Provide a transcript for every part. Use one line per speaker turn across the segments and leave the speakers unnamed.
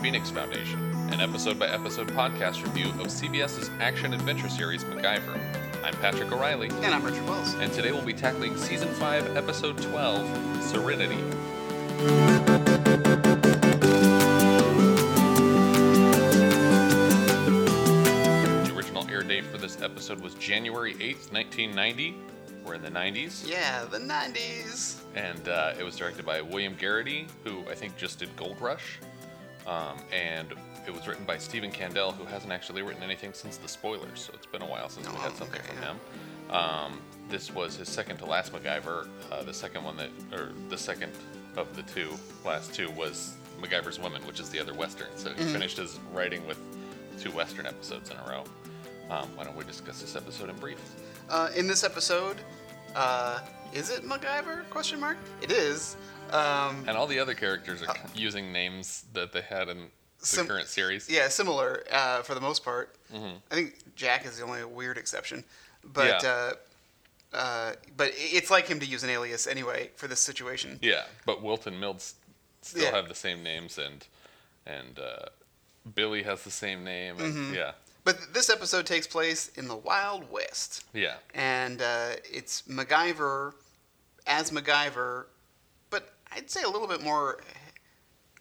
Phoenix Foundation, an episode by episode podcast review of CBS's action adventure series MacGyver. I'm Patrick O'Reilly,
And I'm Richard Wells.
and today we'll be tackling Season 5, Episode 12 Serenity. The original air date for this episode was January 8th, 1990. We're in the 90s.
Yeah, the 90s.
and uh, it was directed by William Garrity, who I think just did Gold Rush, um, and it was written by Stephen Candell, who hasn't actually written anything since the spoilers, so it's been a while since we
Oh,
had something
okay,
from
yeah.
him. Um, this was his second to last MacGyver. Uh, the second one that, or the second of the two last two was MacGyver's Women, which is the other western. So
Mm-hmm.
he finished his writing with two western episodes in a row. Um, why don't we discuss this episode in brief?
Uh, in this episode, uh, is it MacGyver? Question mark. It is. Um,
And all the other characters are using names that they had in the
Sim-
current series.
yeah, similar uh, for the most part. I think Jack is the only weird exception, but
Yeah.
uh, uh, but i- it's like him to use an alias anyway for this situation.
Yeah, but Wilton Mills still
Yeah.
have the same names, and and uh, Billy has the same name, and
Mm-hmm.
yeah,
But th- this episode takes place in the Wild West.
yeah,
and uh, it's MacGyver as MacGyver, but I'd say a little bit more, a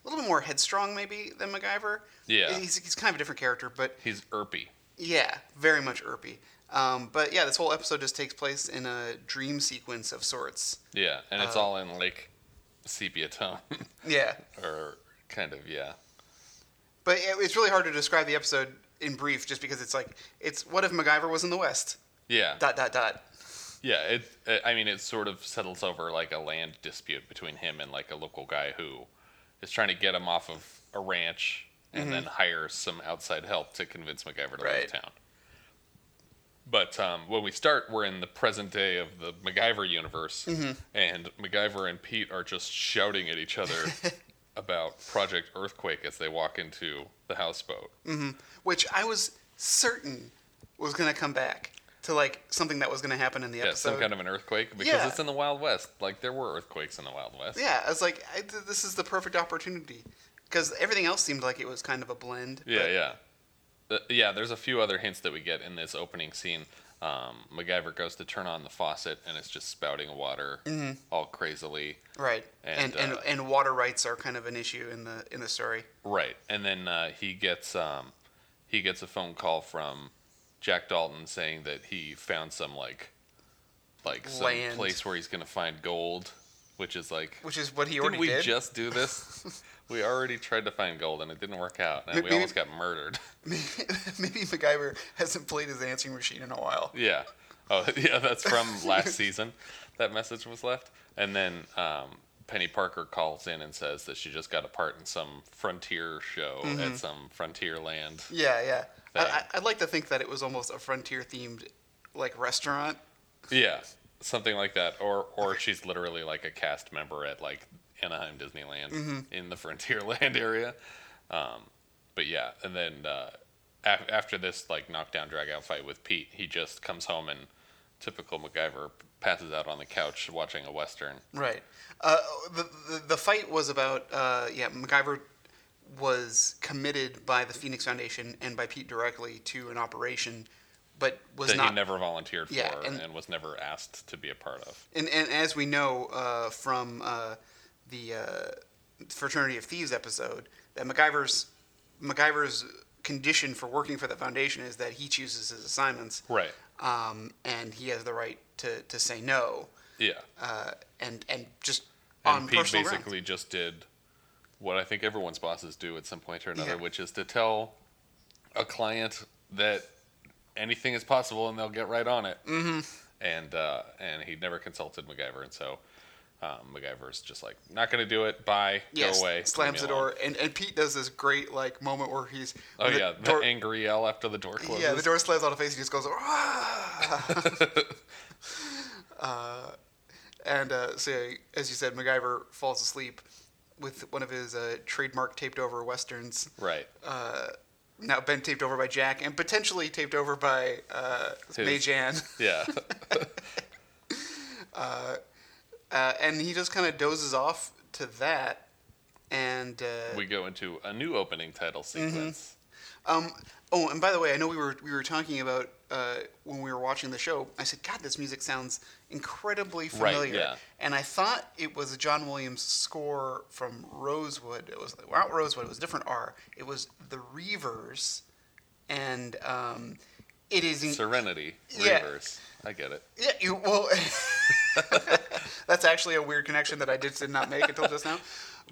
little bit more headstrong maybe than MacGyver.
Yeah.
he's, he's kind of a different character, but
he's Irpy.
yeah, very much Irpy. Um, but yeah, this whole episode just takes place in a dream sequence of sorts.
Yeah, and
Uh-huh.
it's all in like sepia tone,
Yeah,
or kind of yeah,
but it, it's really hard to describe the episode in brief, just because it's like it's what if MacGyver was in the West?
yeah,
Dot dot dot.
yeah. It, uh, I mean, it sort of settles over like a land dispute between him and like a local guy who is trying to get him off of a ranch and then hire some outside help to convince MacGyver to
Mm-hmm. Right.
leave town. But um, when we start, we're in the present day of the MacGyver universe,
Mm-hmm.
and MacGyver and Pete are just shouting at each other about Project Earthquake as they walk into the houseboat.
Mm, which I was certain was going to come back to like something that was going to happen in the
Yeah,
episode.
some kind of an earthquake because
Yeah.
it's in the Wild West. Like there were earthquakes in the Wild West.
yeah, I was like, I, th- this is the perfect opportunity because everything else seemed like it was kind of a blend.
Yeah,
but-
yeah. Uh, yeah, there's a few other hints that we get in this opening scene. Um, MacGyver goes to turn on the faucet and it's just spouting water
Mm-hmm.
all crazily.
right.
And,
And and,
uh,
and water rights are kind of an issue in the in the story.
Right. And then uh, he gets um, he gets a phone call from Jack Dalton saying that he found some like like some
Land.
place where he's gonna find gold, which is like
Which is what he
didn't
already
we
did.
just do this? we already tried to find gold and it didn't work out and we
Maybe-
almost got murdered.
Maybe MacGyver hasn't played his answering machine in a while.
Yeah. Oh, yeah, that's from last season. That message was left. And then um, Penny Parker calls in and says that she just got a part in some frontier show at some frontier land.
Yeah, yeah. I,
Thing.
I, I'd like to think that it was almost a frontier themed like restaurant.
Yeah, something like that. Or or she's literally like a cast member at like Anaheim Disneyland in the Frontierland area. Um, but yeah, and then uh, af- after this like knockdown drag out fight with Pete, he just comes home and typical MacGyver passes out on the couch watching a western.
Right. Uh, the, the the fight was about uh, yeah MacGyver was committed by the Phoenix Foundation and by Pete directly to an operation, but was
that
not.
he never volunteered
Yeah,
for
and-
and, was never asked to be a part of.
and, and as we know uh, from uh, the uh, Fraternity of Thieves episode, that MacGyver's MacGyver's condition for working for the foundation is that he chooses his assignments,
Right.
um, and he has the right to, to say no,
Yeah.
uh, and and just on
and Pete
personal grounds.
basically just did what I think everyone's bosses do at some point or another,
Yeah.
which is to tell a client that anything is possible and they'll get right on it. Mm-hmm. And uh, and he never consulted MacGyver, and so um, MacGyver's just like, not going to do it. Bye.
Yes,
go away. leave
Slams
me
the
alone."
door, and, and Pete does this great like moment where he's
Oh
where
yeah, the
door,
angry yell after the door closes.
yeah the door slams on his face. He just goes ah, Uh, and uh, so yeah, as you said, MacGyver falls asleep with one of his uh, trademark taped over westerns.
Right.
Uh, now been taped over by Jack and potentially taped over by uh,
His-
May Jan.
Yeah.
Uh, and he just kind of dozes off to that. and uh,
we go into a new opening title
Mm-hmm.
sequence.
um, oh, and by the way, I know we were we were talking about uh, when we were watching the show. I said, "God, this music sounds incredibly
Right,
familiar,"
yeah.
and I thought it was a John Williams score from Rosewood. It was well, not Rosewood. It was a different R. It was the Reavers, and um, it is in-
Serenity
Yeah.
reverse. I get it.
Yeah, you, well, that's actually a weird connection that I just did not make until just now.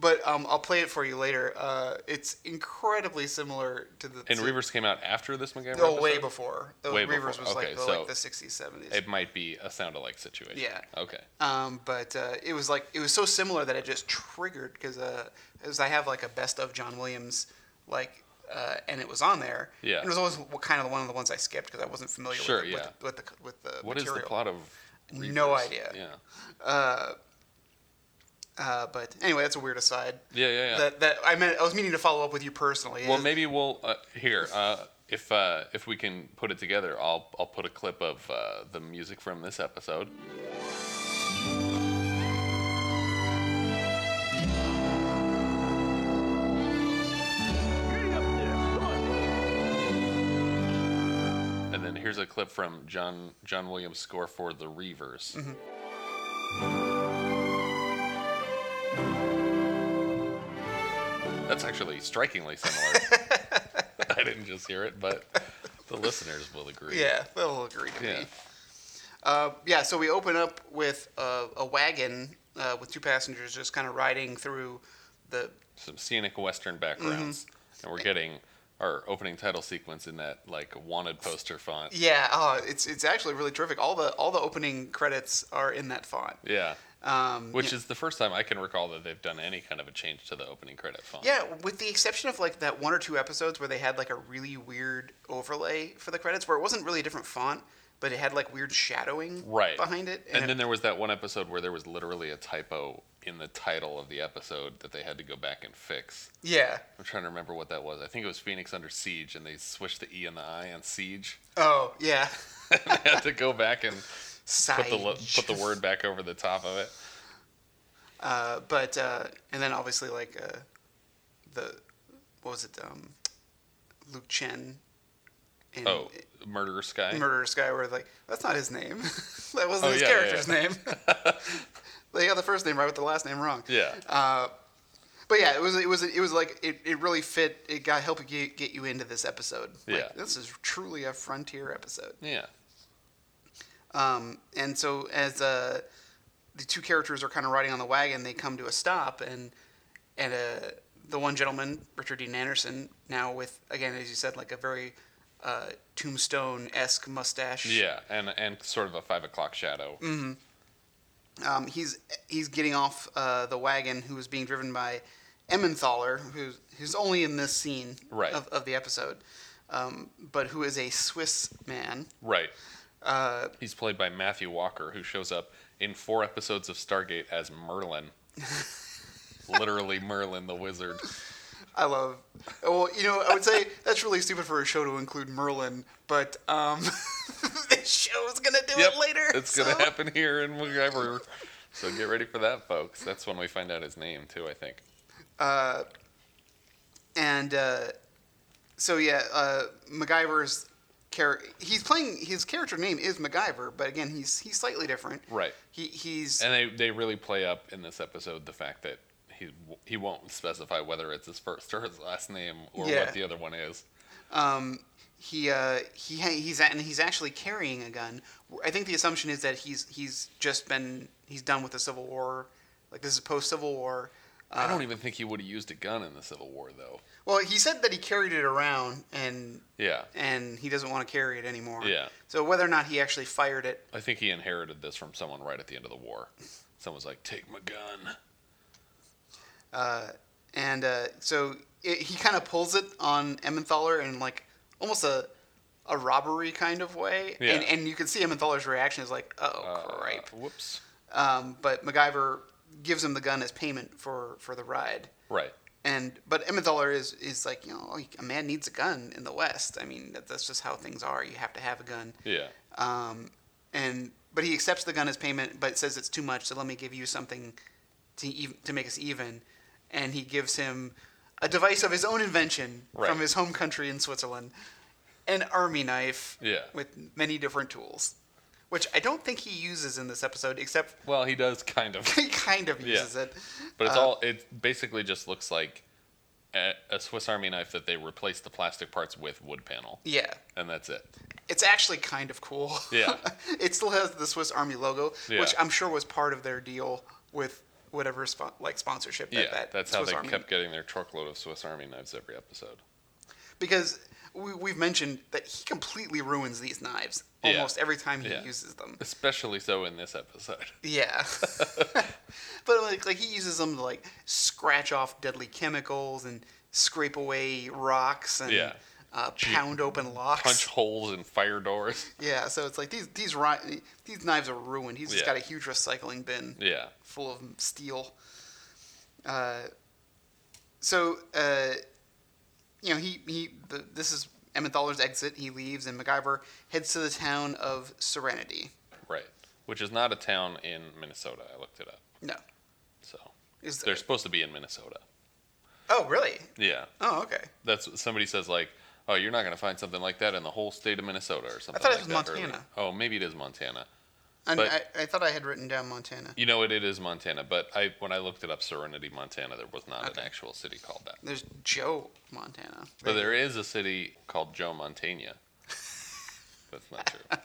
But um, I'll play it for you later. Uh, it's incredibly similar to the.
And
to-
Reavers came out after this MacGyver.
No, way
episode?
before. The
Way
Reavers
before,
was like,
okay,
the,
so
like the 60s, 70s.
It might be a sound alike situation.
Yeah.
Okay.
um, but uh, it was like it was so similar that it just triggered because uh, as I have like a best of John Williams, like, uh, and it was on there.
Yeah.
And it was always kind of one of the ones I skipped because I wasn't familiar
Sure,
with, the,
yeah.
with, the, with the with the
What is
material.
the plot of?
No
Reavers?
idea.
Yeah.
Uh, but anyway, that's a weird aside.
Yeah, yeah, yeah.
That, that I meant I was meaning to follow up with you personally.
well,
Is-
maybe we'll uh, here uh, if uh, if we can put it together. I'll I'll put a clip of uh, the music from this episode. And then here's a clip from John John Williams' score for The Reavers.
Mm-hmm.
That's actually strikingly similar. I didn't just hear it, but the listeners will agree.
yeah, they'll agree to
Yeah.
me. Uh, yeah, so we open up with a, a wagon uh, with two passengers just kind of riding through the.
Some scenic
Mm-hmm.
western backgrounds. And we're getting our opening title sequence in that like wanted poster font.
Yeah, oh, it's it's actually really terrific. All the all the opening credits are in that font.
Yeah.
Um,
Which is the first time I can recall that they've done any kind of a change to the opening credit font.
Yeah, with the exception of like that one or two episodes where they had like a really weird overlay for the credits, where it wasn't really a different font, but it had like weird shadowing
Right.
behind it.
And,
it-
then there was that one episode where there was literally a typo in the title of the episode that they had to go back and fix.
yeah,
I'm trying to remember what that was. I think it was Phoenix Under Siege, and they switched the E and the I on Siege.
oh yeah,
they had to go back and put the lo-
Siege.
put the word back over the top of it.
Uh, but uh, and then obviously like uh, the what was it? Um, Luke Chen. In
Oh, Murderer Sky.
Murderous guy, where like that's not his name. that wasn't
Oh,
his
yeah, yeah,
character's
yeah.
name. they got the first name right with the last name wrong.
yeah.
Uh, but yeah, it was it was it was like it, it really fit. It got helped get get you into this episode. Like,
Yeah.
this is truly a frontier episode.
yeah.
Um, and so as uh, the two characters are kind of riding on the wagon, they come to a stop, and and uh, the one gentleman, Richard Dean Anderson, now with again as you said, like a very uh, tombstone esque mustache.
Yeah. And and sort of a five o'clock shadow.
Mm. Um, he's he's getting off uh, the wagon, who is being driven by Emmenthaler, who's who's only in this scene
Right.
of, of the episode, um, but who is a Swiss man.
Right.
Uh,
He's played by Matthew Walker, who shows up in four episodes of Stargate as Merlin. Literally Merlin the Wizard.
I love. Well, you know, I would say that's really stupid for a show to include Merlin, but um, this show's gonna do it later.
It's gonna
so-
happen here in MacGyver. So get ready for that, folks. That's when we find out his name too. I think.
And uh, so yeah, uh, MacGyver's character. He's playing. His character name is MacGyver, but again, he's he's slightly different.
Right.
He he's
And they, they really play up in this episode the fact that he he won't specify whether it's his first or his last name or
Yeah.
what the other one is.
um, he uh, he ha- he's at, and he's actually carrying a gun. I think the assumption is that he's he's just been he's done with the Civil War. Like this is post Civil War. Uh,
I don't even think he would have used a gun in the Civil War though.
Well, he said that he carried it around and
Yeah.
and he doesn't want to carry it anymore.
Yeah.
So whether or not he actually fired it,
I think he inherited this from someone right at the end of the war. Someone's like, "Take my gun."
and uh, so it, he kind of pulls it on Emmenthaler in like almost a a robbery kind of way,
Yeah.
and and you can see Emmenthaler's reaction is like, oh
Uh,
cripe.
Whoops.
Um, but MacGyver gives him the gun as payment for for the ride.
Right.
And but Emmentaler is is like you know a man needs a gun in the West. I mean that, that's just how things are. You have to have a gun.
Yeah.
Um, and but he accepts the gun as payment, but says it's too much. So let me give you something to even, to make us even. and he gives him a device of his own invention
Right.
from his home country in Switzerland, an army knife
Yeah.
with many different tools, which I don't think he uses in this episode, except
Well, he does kind of,
he kind of
Yeah.
uses it.
but it's
Uh,
all it basically just looks like a, a Swiss Army knife that they replaced the plastic parts with wood panel,
Yeah,
and that's it.
it's actually kind of cool.
Yeah.
it still has the Swiss Army logo,
Yeah.
which I'm sure was part of their deal with whatever spon- like sponsorship. That,
yeah,
that
that's how
Swiss
they
Army
kept getting their truckload of Swiss Army knives every episode.
because we, we've mentioned that he completely ruins these knives
Yeah.
almost every time he
Yeah.
uses them.
Especially so in this episode.
Yeah, but like, like he uses them to like scratch off deadly chemicals and scrape away rocks and
Yeah.
uh, pound open locks.
Punch holes in fire doors.
Yeah, so it's like these these ri- these knives are ruined. He's just
Yeah.
got a huge recycling bin
Yeah.
full of steel. Uh, so uh, you know he he the, this is Emmentaler's exit. He leaves, and MacGyver heads to the town of Serenity.
Right. Which is not a town in Minnesota. I looked it up.
No,
So
is
they're supposed to be in Minnesota.
oh really?
Yeah.
Oh okay.
That's somebody says like, "Oh, you're not going to find something like that in the whole state of Minnesota or something."
thought it
like
was
that early.
Montana.
Oh, maybe it is Montana.
And
But-
I, I thought I had written down Montana.
You know what? It is Montana. But I when I looked it up, Serenity, Montana, there was not
Okay.
an actual city called that.
There's Joe Montana.
But there is a city called Joe Montana. That's not true.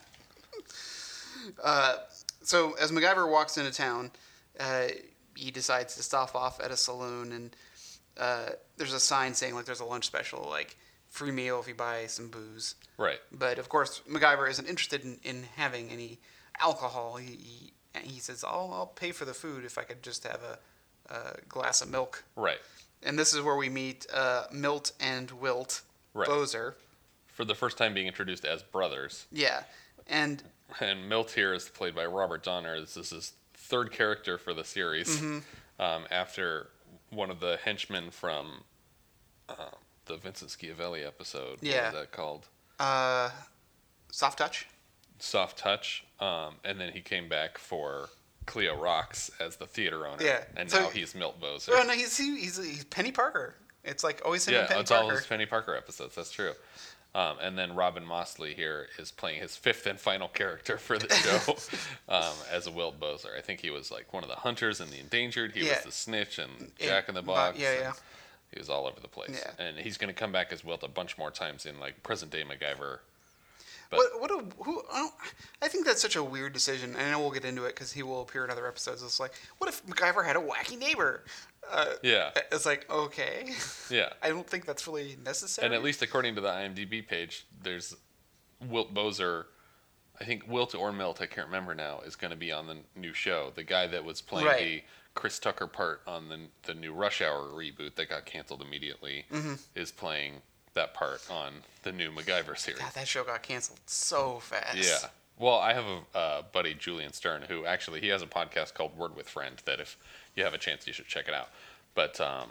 So as MacGyver walks into town, uh, he decides to stop off at a saloon, and uh, there's a sign saying like there's a lunch special, like free meal if you buy some booze.
Right.
But of course, MacGyver isn't interested in, in having any alcohol. He he, and he says, "I'll I'll pay for the food if I could just have a, a glass of milk."
Right.
And this is where we meet uh, Milt and Wilt
Right.
Bozer.
For the first time being introduced as brothers,
Yeah, and
and Milt here is played by Robert Donner. This is his third character for the series,
Mm-hmm.
um, after one of the henchmen from um, the Vincent Schiavelli episode.
Yeah.
what was that called
uh, soft touch.
Soft Touch. Um, and then he came back for Cleo Rocks as the theater owner.
Yeah.
and
So-
now he's Milt Bozer.
Oh no, he's he, he's he's Penny Parker. It's like always him
yeah,
and Penny
it's
Parker.
all his Penny Parker episodes. That's true. Um, and then Robin Mosley here is playing his fifth and final character for the show um, as a Wilt Bozer. I think he was like one of the hunters and the endangered. He
Yeah.
was the snitch and
Yeah,
Jack in the
Bo-
Box.
yeah,
and
yeah.
He was all over the place.
Yeah.
And he's going to come back as Wilt a bunch more times in like present day MacGyver. But
What what a who? I, don't, I think that's such a weird decision, and I know we'll get into it because he will appear in other episodes. It's like, what if MacGyver had a wacky neighbor? Uh,
yeah,
It's like okay,
yeah.
I don't think that's really necessary.
And at least according to the IMDb page, there's Wilt Bozer. I think Wilt or Milt, I can't remember now, is going to be on the new show. The guy that was playing
Right.
the Chris Tucker part on the the new Rush Hour reboot that got canceled immediately is playing that part on the new MacGyver series.
God, that show got canceled so fast.
Yeah. Well, I have a uh, buddy, Julian Stern, who actually he has a podcast called Word with Friend that if you have a chance, you should check it out. But um,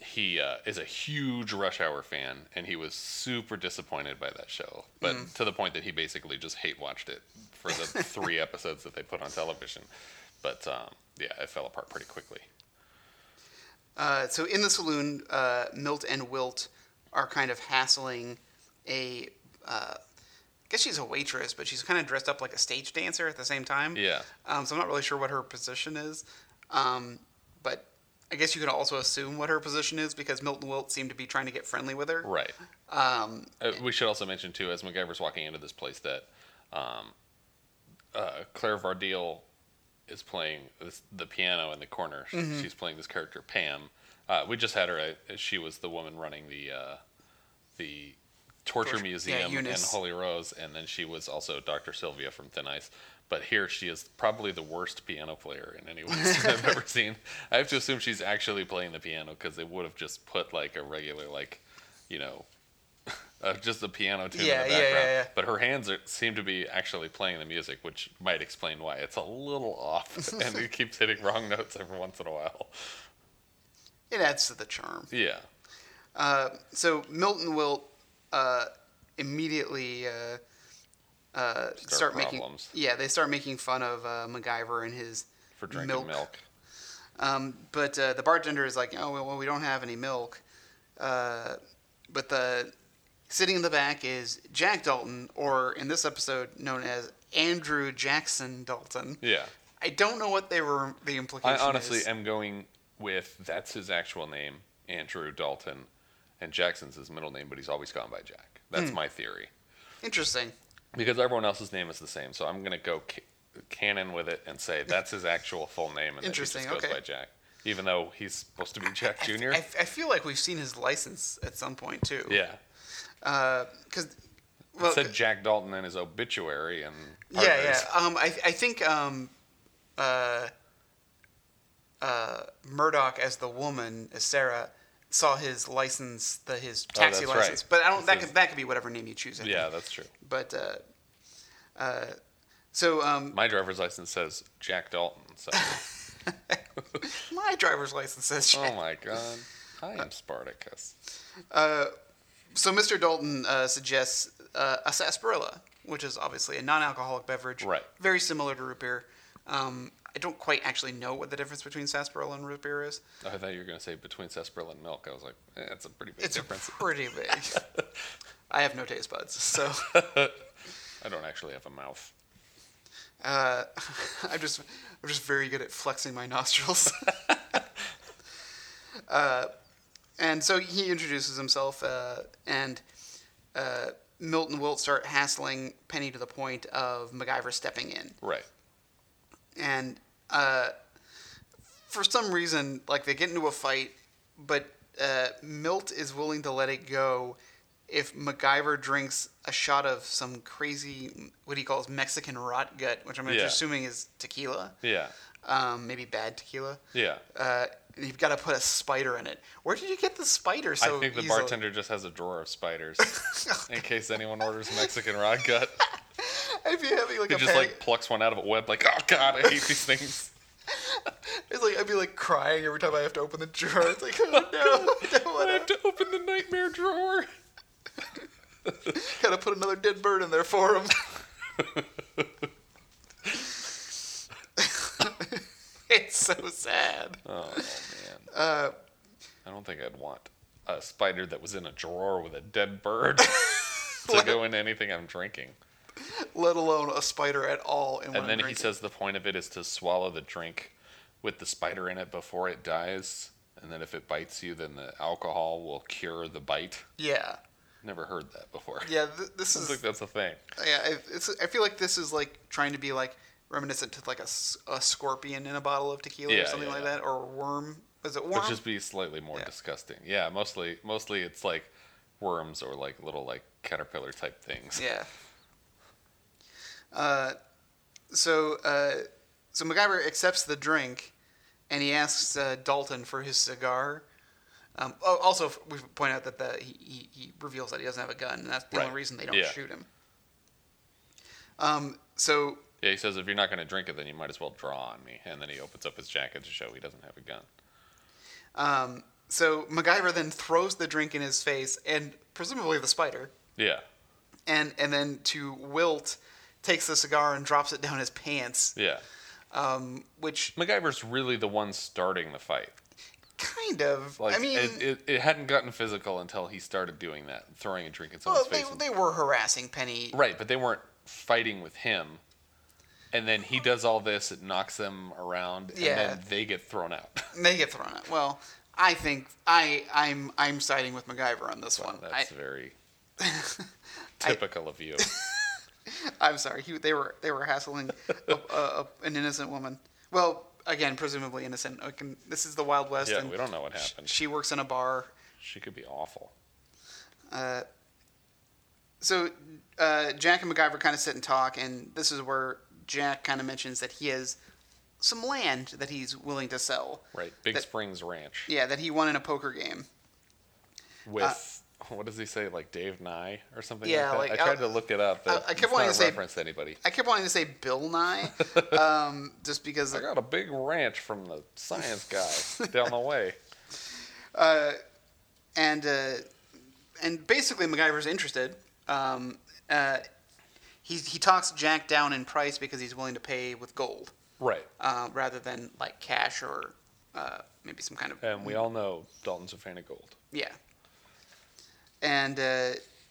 he uh, is a huge Rush Hour fan, and he was super disappointed by that show, but to the point that he basically just hate watched it for the three episodes that they put on television. But um, yeah, it fell apart pretty quickly.
Uh, so in the saloon, uh, Milt and Wilt are kind of hassling a. Uh, I guess she's a waitress, but she's kind of dressed up like a stage dancer at the same time.
Yeah.
Um, so I'm not really sure what her position is, um, but I guess you could also assume what her position is because Milt and Wilt seem to be trying to get friendly with her.
Right.
Um,
Uh, we should also mention too, as MacGyver's walking into this place, that um, uh, Claire Vardiel is playing this, the piano in the corner. She,
Mm-hmm.
She's playing this character Pam. Uh, we just had her. Uh, she was the woman running the uh, the torture
Torture- yeah,
museum in
Eunice.
Holy Rose, and then she was also Dr. Sylvia from Thin Ice. But here she is probably the worst piano player in any Western I've ever seen. I have to assume she's actually playing the piano because they would have just put like a regular like, you know, uh, just the piano tune
Yeah,
in the
yeah, yeah,
background.
yeah.
But her hands are, seem to be actually playing the music, which might explain why it's a little off and it keeps hitting wrong notes every once in a while.
it adds to the charm.
Yeah,
Uh, so Milton will uh, immediately uh, uh, start, making
problems.
yeah they start making fun of uh, MacGyver and his
for drinking
milk.
milk.
Um, but uh, the bartender is like, oh, well, we don't have any milk. Uh, but the sitting in the back is Jack Dalton, or in this episode known as Andrew Jackson Dalton.
Yeah.
I don't know what they were the implication.
I honestly
is.
am going with that's his actual name, Andrew Dalton, and Jackson's his middle name, but he's always gone by Jack. That's
Hmm.
my theory.
interesting.
Because everyone else's name is the same, so I'm going to go ca- canon with it and say that's his actual full name and that he just
Interesting,
goes
okay.
by Jack, even though he's supposed to be Jack Jr.
I, I feel like we've seen his license at some point too.
yeah.
Because well,
it said Jack Dalton in his obituary and
yeah,
partners.
yeah. Um, I I think um, uh, uh, Murdoch as the woman as Sarah saw his license, the his taxi
Oh, that's right.
license. But I don't.
It
That
says-
could, that could be whatever name you choose. I think.
Yeah, that's true.
But uh, uh, so um,
My driver's license says Jack Dalton. So,
my driver's license says.
oh my god, I am Spartacus.
So Mr. Dalton uh, suggests uh, a sarsaparilla, which is obviously a non-alcoholic beverage,
Right.
Very similar to root beer. Um, I don't quite actually know what the difference between sarsaparilla and root beer is.
Oh, I thought you were going to say between sarsaparilla and milk. I was like, eh, that's a pretty big
It's
difference.
pretty big. I have no taste buds, so
I don't actually have a mouth.
uh, I'm just I'm just very good at flexing my nostrils. uh, and so he introduces himself, uh, and uh, Milton will start hassling Penny to the point of MacGyver stepping in.
Right.
and uh, for some reason, like they get into a fight, but uh, Milt is willing to let it go if MacGyver drinks a shot of some crazy what he calls Mexican rot gut, which I'm
Yeah.
assuming is tequila,
Yeah.
um, maybe bad tequila.
Yeah.
Uh, you've got to put a spider in it. Where did you get the spider? So
I think the
easily?
bartender just has a drawer of spiders in case anyone orders Mexican rod gut.
I'd be having like
He
a
just
panic-
like plucks one out of a web, like, oh god, I hate these things.
it's like I'd be like crying every time I have to open the drawer. It's like oh no, I don't
I
want
have to open the nightmare drawer.
Gotta put another dead bird in there for him. it's so sad.
Oh man. I don't think I'd want a spider that was in a drawer with a dead bird to go into anything I'm drinking.
Let alone a spider at all. In
And then he says the point of it is to swallow the drink with the spider in it before it dies. And then if it bites you, then the alcohol will cure the bite.
"Yeah,
Never heard that before.
yeah, th- this
I
is
think that's a thing.
yeah." I, it's, I feel like this is like trying to be like reminiscent to like a, s- a scorpion in a bottle of tequila
Yeah,
or something
yeah,
like
yeah.
that, or a worm. Is it worm?
Would just be slightly more
Yeah.
disgusting. Yeah, mostly mostly it's like worms or like little like caterpillar type things.
Yeah. Uh, so uh, so MacGyver accepts the drink, and he asks uh, Dalton for his cigar. Um, oh, also, f- we should point out that the, he, he, he reveals that he doesn't have a gun, and that's the only
Right.
reason they don't
Yeah.
shoot him. Um, so
Yeah, he says if you're not going to drink it, then you might as well draw on me. And then he opens up his jacket to show he doesn't have a gun.
um, so MacGyver then throws the drink in his face, and presumably the spider,
Yeah,
and and then to Wilt takes the cigar and drops it down his pants,
yeah.
um, which
MacGyver's really the one starting the fight.
kind of
Like
I mean
it, it, it hadn't gotten physical until he started doing that, throwing a drink in someone's
Well, they,
face. and-
they were harassing Penny.
right, but they weren't fighting with him. And then he does all this, it knocks them around,
Yeah.
and then they get thrown out.
and They get thrown out. Well, I think I I'm I'm siding with MacGyver on this one. I,
That's very typical of you.
I'm sorry. He, they were they were hassling a, a, a, an innocent woman. Well, again, presumably innocent. I can, this is the Wild West,
Yeah,
and
we don't know what
sh-
happened.
She works in a bar.
She could be awful.
So uh, Jack and MacGyver kind of sit and talk, and this is where Jack kind of mentions that he has some land that he's willing to sell.
Right, Big
That-
Springs Ranch
Yeah, that he won in a poker game.
with what does he say, like Dave Nye or something
Yeah,
like that.
like,
I tried to
I'll-
look it up. But
I- I kept
it's
wanting
not
to say-
reference to anybody.
I kept wanting to say Bill Nye, um, just because
I got a big ranch from the science guy down the way.
and uh, and basically MacGyver's interested. Um, uh, he he talks Jack down in price because he's willing to pay with gold
Right.
uh, rather than like cash or uh, maybe some kind of
And we all know Dalton's a fan of gold.
yeah. And uh,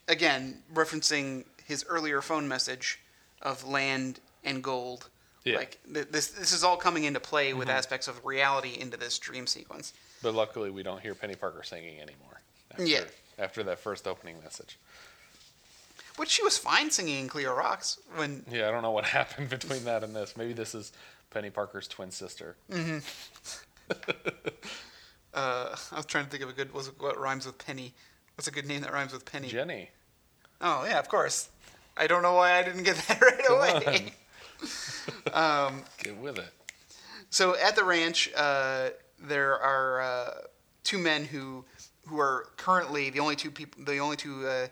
again, referencing his earlier phone message of land and gold,
Yeah. Mm-hmm.
like th- this this is all coming into play with aspects of reality into this dream sequence.
But luckily, we don't hear Penny Parker singing anymore. After,
Yeah.
After that first opening message.
Which she was fine singing in Cleo Rocks when
Yeah, I don't know what happened between that and this. Maybe this is Penny Parker's twin sister.
Mm. uh, I was trying to think of a good was what rhymes with penny. What's a good name that rhymes with penny?
Jenny.
Oh yeah, of course. I don't know why I didn't get that right away.
Get with it.
So at the ranch, uh, there are uh, two men who who are currently the only two people, the only two uh,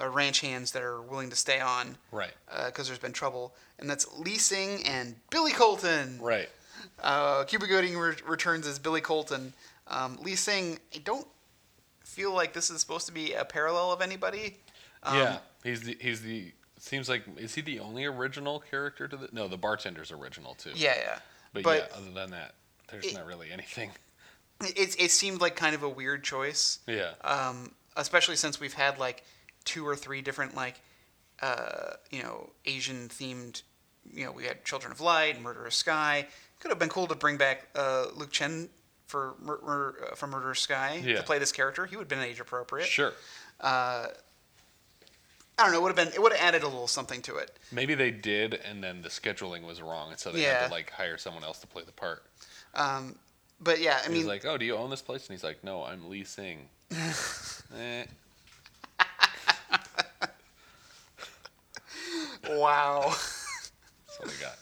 uh, ranch hands that are willing to stay on,
Right.
Because there's been trouble, and that's Leasing and Billy Colton.
Right.
Uh, Cuba Gooding re- returns as Billy Colton. Um, Leasing, I don't feel like this is supposed to be a parallel of anybody. Um,
yeah. He's the he's the seems like is he the only original character to the no the bartender's original too.
Yeah, yeah.
But, yeah, other than that, there's
It-
not really anything.
it it seemed like kind of a weird choice.
Yeah.
um, especially since we've had like two or three different like uh, you know Asian themed. You know, we had Children of Light, Murderous Sky. Could have been cool to bring back uh, Luke Chen for mur- mur- uh, for Murderous Sky
Yeah.
to play this character. He would have been age appropriate.
sure.
I don't know. It would have been. It would have added a little something to it.
Maybe they did, and then the scheduling was wrong, and so they had
Yeah.
to like hire someone else to play the part.
Um, but yeah, I
He's
mean,
like, "Oh, do you own this place?" And he's like, "No, I'm leasing." eh.
wow.
That's what I got.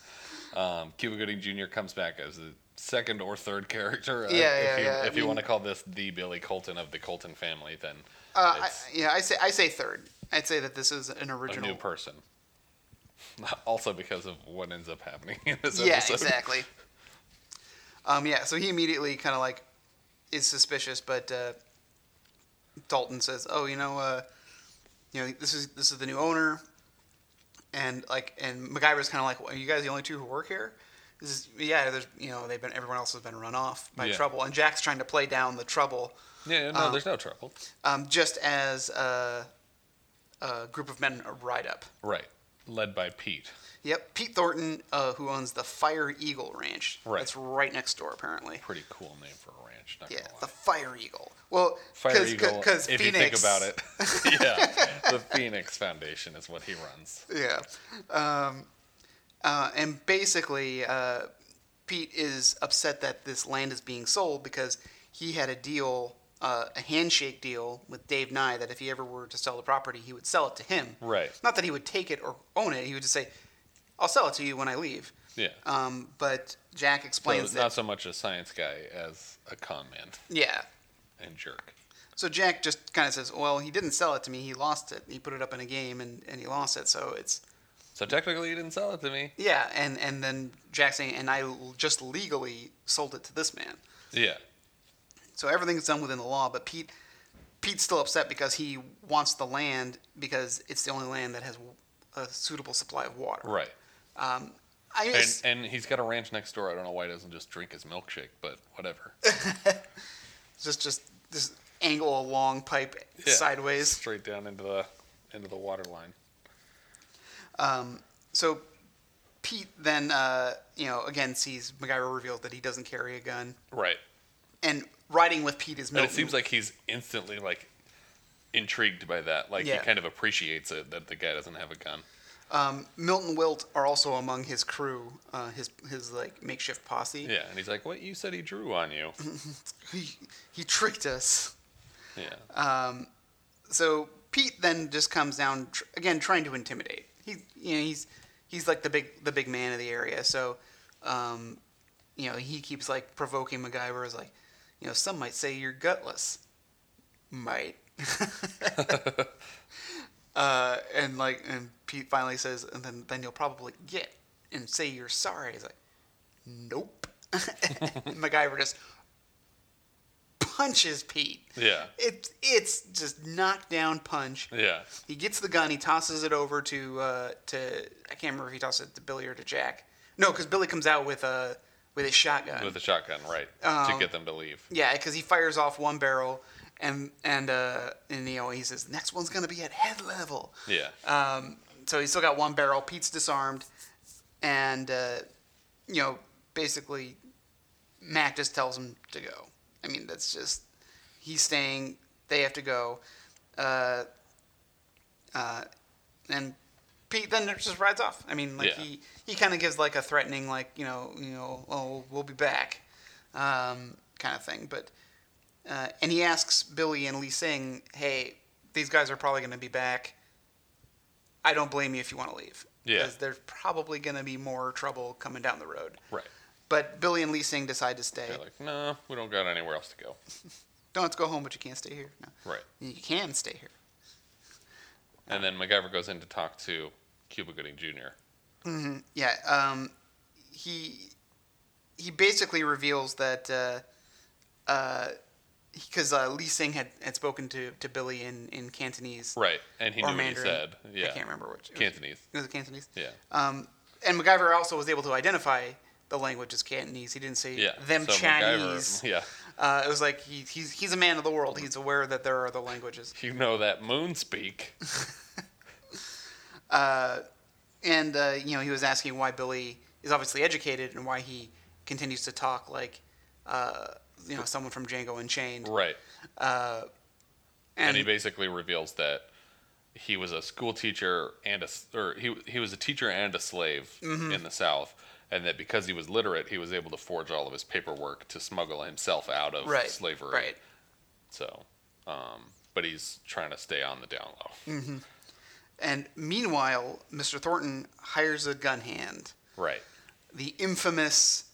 Um, Cuba Gooding Jr. comes back as the second or third character. Uh,
Yeah, yeah,
if you,
yeah.
If
I
you
mean-
want to call this the Billy Colton of the Colton family, then
Uh, I,
it's
yeah, I say I say third. I'd say that this is an
a
original.
new person. also because of what ends up happening in this
yeah,
episode.
exactly. Um, yeah, so he immediately kind of like is suspicious, but uh, Dalton says, "Oh, you know, uh, you know, this is this is the new owner," and like, and MacGyver's kind of like, well, "Are you guys the only two who work here?" This is, yeah, there's you know they've been everyone else has been run off by
Yeah.
trouble, and Jack's trying to play down the trouble,
Yeah, no, there's no trouble.
um, just as uh, a group of men ride up.
Right. Led by Pete.
Yep, Pete Thornton, uh, who owns the Fire Eagle Ranch.
Right.
That's right next door, apparently.
Pretty cool name for a ranch. Not
Yeah,
gonna lie.
the Fire Eagle. Well,
Fire
cause,
Eagle.
Because
if
Phoenix.
you think about it, yeah, the Phoenix Foundation is what he runs.
Yeah. Um, uh, and basically, uh, Pete is upset that this land is being sold because he had a deal, uh, a handshake deal with Dave Nye that if he ever were to sell the property, he would sell it to him.
Right.
Not that he would take it or own it. He would just say, "I'll sell it to you when I leave."
Yeah.
Um, but Jack
So
explains that.
not so much a science guy as a con man
yeah.
and jerk.
So Jack just kind of says, "Well, he didn't sell it to me. He lost it. He put it up in a game and, and he lost it. So it's
So technically, you didn't sell it to me.
yeah." And and then Jack saying, "And I l- just legally sold it to this man."
Yeah.
So everything's done within the law. But Pete Pete's still upset because he wants the land because it's the only land that has w- a suitable supply of water.
Right.
Um, I mean,
And
it's-
and he's got a ranch next door. I don't know why he doesn't just drink his milkshake, but whatever.
just just this angle a long pipe
Yeah.
sideways.
Straight down into the into the water line.
Um, so Pete then, uh, you know, again sees MacGyver reveals that he doesn't carry a gun,
Right.
and riding with Pete is
But
Milton.
it seems like he's instantly like intrigued by that. Like
Yeah.
he kind of appreciates it that the guy doesn't have a gun.
um, Milton Wilt are also among his crew, uh, his his like makeshift posse.
Yeah. And he's like, "What you said he drew on you."
Uh, He he tricked us.
Yeah.
So Pete then just comes down tr- again, trying to intimidate. He you know he's he's like the big the big man of the area. So um, you know he keeps like provoking MacGyver is like, you know, some might say you're gutless, might. uh, and like and Pete finally says, and then then you'll probably get and say you're sorry. He's like, nope. MacGyver just punches Pete.
Yeah.
It's it's just knockdown punch.
yeah.
He gets the gun. He tosses it over to uh, to I can't remember if he tosses it to Billy or to Jack. No, because Billy comes out with uh, with his shotgun.
with a shotgun, right? to
um,
get them to leave.
Yeah, because he fires off one barrel, and and uh, and you know he says next one's gonna be at head level.
Yeah.
Um, so he's still got one barrel. Pete's disarmed, and uh, you know basically, Mac just tells him to go. I mean that's just he's staying. They have to go, uh, uh, and Pete then just rides off. I mean like
Yeah.
he he kind of gives like a threatening like you know you know oh we'll be back, um, kind of thing, but. Uh, and he asks Billy and Lee Sing, "Hey, these guys are probably going to be back. I don't blame you if you want to leave.
Yeah.
there's probably going to be more trouble coming down the road."
right.
But Billy and Lee Sing decide to stay.
They're like, no, we don't got anywhere else to go.
Don't let's go home, but you can't stay here. No,
Right.
you can stay here. Uh.
And then MacGyver goes in to talk to Cuba Gooding Jr.
Yeah. Um, he he basically reveals that uh, uh, because uh, Lee Sing had, had spoken to, to Billy in, in Cantonese
Right. And he
or
knew
Mandarin.
what he said. Yeah.
I can't remember which. It was-
Cantonese.
It was Cantonese.
Yeah.
Um, and MacGyver also was able to identify the language as Cantonese. He didn't say
Yeah.
them
so MacGyver-
Chinese.
yeah.
Uh, it was like he, he's he's a man of the world. He's aware that there are other languages.
You know that moon speak.
And uh, you know, he was asking why Billy is obviously educated and why he continues to talk like uh, you know someone from Django Unchained.
right.
And,
And he basically reveals that he was a school teacher and a s- or he he was a teacher and a slave
Mm-hmm.
in the South, and that because he was literate, he was able to forge all of his paperwork to smuggle himself out of
right
slavery.
Right.
So, um, but he's trying to stay on the down low.
Mm. And meanwhile, Mr. Thornton hires a gun hand.
Right.
the infamous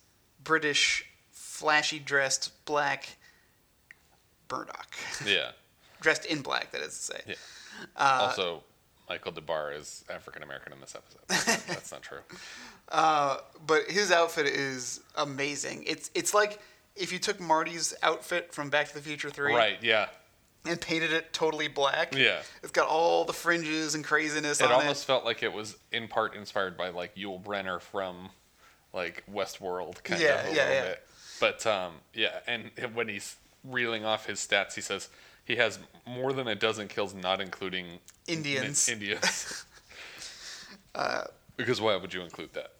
British flashy dressed black Burdock.
Yeah.
dressed in black, that is to say.
Yeah.
Uh,
also, Michael DeBar is African American in this episode. That's not- That's not true.
But his outfit is amazing. It's it's like if you took Marty's outfit from Back to the Future 3
Right. Yeah.
and painted it totally black.
Yeah.
It's got all the fringes and craziness
It
on
almost
it.
felt like it was in part inspired by like Yul Brenner from like Westworld kind
Yeah,
of a
yeah,
little
yeah.
bit. But um, yeah, and when he's reeling off his stats, he says he has more than a dozen kills, not including
Indians.
Ni-
Uh,
Indians. because why would you include that?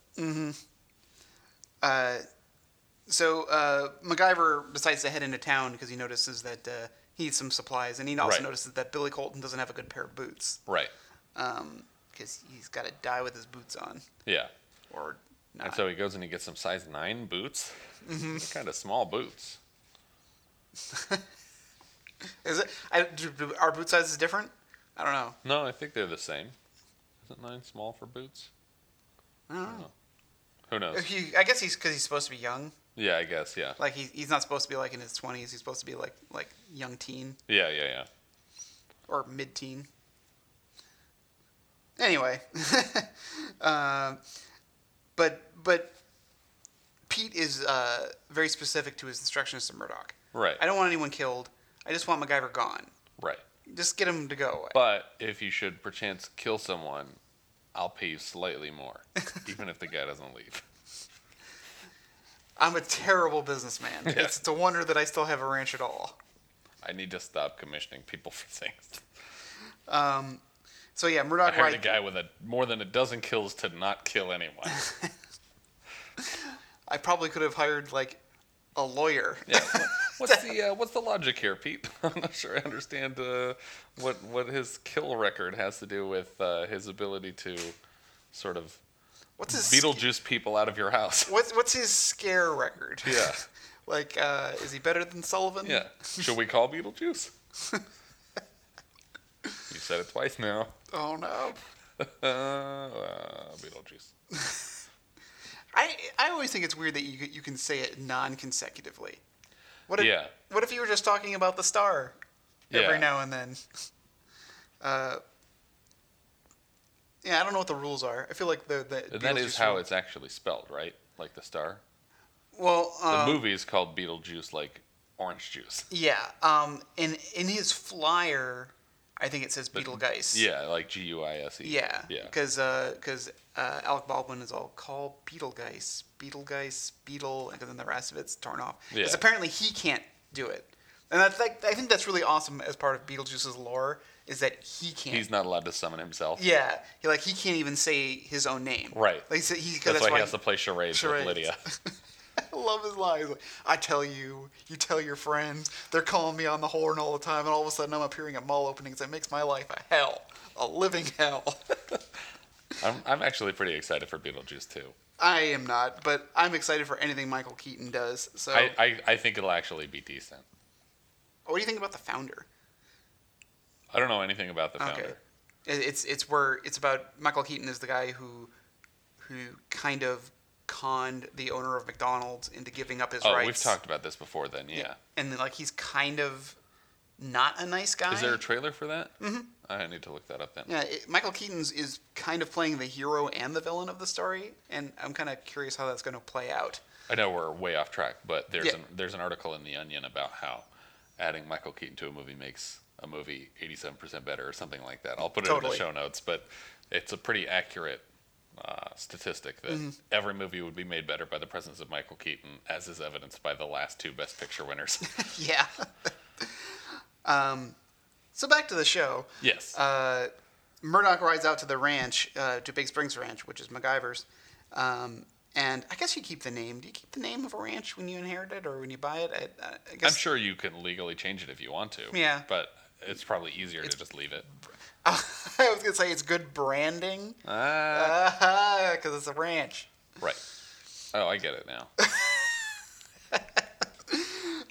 So uh, MacGyver decides to head into town because he notices that uh, he needs some supplies, and he also
Right.
notices that Billy Colton doesn't have a good pair of boots
Right.
because he's got to die with his boots on.
Yeah.
or
And
not.
so he goes and he gets some size nine boots.
Mm-hmm.
Kind of small boots.
Is it? I, do, do, are boot sizes different? I don't know.
No, I think they're the same. Isn't nine small for boots?
I don't know.
Who knows?
He, I guess he's because he's supposed to be young.
Yeah, I guess. Yeah.
Like he, he's not supposed to be like in his twenties. He's supposed to be like like young teen
Yeah, yeah, yeah.
or mid teen. Anyway, Um but but Pete is uh, very specific to his instructions to Murdoch.
Right.
I don't want anyone killed. I just want MacGyver gone.
Right.
Just get him to go away.
But if you should perchance kill someone, I'll pay you slightly more, even if the guy doesn't leave.
I'm a terrible businessman. It's, it's a wonder that I still have a ranch at all.
I need to stop commissioning people for things.
So yeah,
I
Murdoch
hired a
rides-
guy with a more than a dozen kills to not kill anyone.
I probably could have hired like a lawyer.
Yeah. what- What's the uh, what's the logic here, Pete? I'm not sure I understand uh, what what his kill record has to do with uh, his ability to sort of
What's his
Beetlejuice people out of your house.
What's what's his scare record?
Yeah.
like, uh, is he better than Sullivan?
Yeah. Should we call Beetlejuice? you said it twice now.
Oh no.
Uh, uh, Beetlejuice.
I I always think it's weird that you you can say it non-consecutively. What if,
Yeah.
What if you were just talking about the star every
Yeah.
now and then? Uh. Yeah, I don't know what the rules are. I feel like the the
And that is
Beetlejuice
how
rule-
it's actually spelled, right? Like the star.
well
The
um,
movie is called Beetlejuice, like orange juice.
yeah um in in his flyer, I think it says Beetlegeist.
Yeah, like G U I S E.
Yeah,
Yeah.
uh, because because uh, Alec Baldwin is all call Beetlegeist Beetlegeist, Beetle, and then the rest of it's torn off.
Yeah.
Because apparently he can't do it. And that's like, I think that's really awesome as part of Beetlejuice's lore is that he can't.
He's not allowed to summon himself.
yeah, he, like he can't even say his own name.
Right.
Like so he,
That's,
that's
why,
why
he has to play charades,
charades.
with Lydia.
I love his lines. Like, I tell you, you tell your friends. They're calling me on the horn all the time, and all of a sudden I'm appearing at mall openings. It makes my life a hell, a living hell.
I'm, I'm actually pretty excited for Beetlejuice too.
I am not, but I'm excited for anything Michael Keaton does. So,
I, I, I think it'll actually be decent.
what do you think about the founder?
I don't know anything about the founder.
Okay, It- it's it's where it's about Michael Keaton is the guy who who kind of conned the owner of McDonald's into giving up his
Oh,
rights.
we've talked about this before. Then, yeah.
and then, like he's kind of not a nice guy.
Is there a trailer for that? Mm-hmm. I need to look that up then.
Yeah, it, Michael Keaton's is kind of playing the hero and the villain of the story, and I'm kind of curious how that's going to play out.
I know we're way off track, but there's
Yeah.
an, there's an article in the Onion about how adding Michael Keaton to a movie makes a movie 87% better or something like that. I'll put it
Totally.
in the show notes, but it's a pretty accurate uh, statistic that
Mm-hmm.
every movie would be made better by the presence of Michael Keaton, as is evidenced by the last two Best Picture winners.
yeah. um, so back to the show.
yes.
uh, Murdoch rides out to the ranch, uh, to Big Springs Ranch, which is MacGyver's. Um, and I guess you keep the name. Do you keep the name of a ranch when you inherit it or when you buy it? I, I- I guess
I'm sure you can legally change it if you want to.
Yeah.
But it's probably easier to just leave it.
I was gonna say it's good branding
Ah,
because it's a ranch.
right. Oh, I get it now.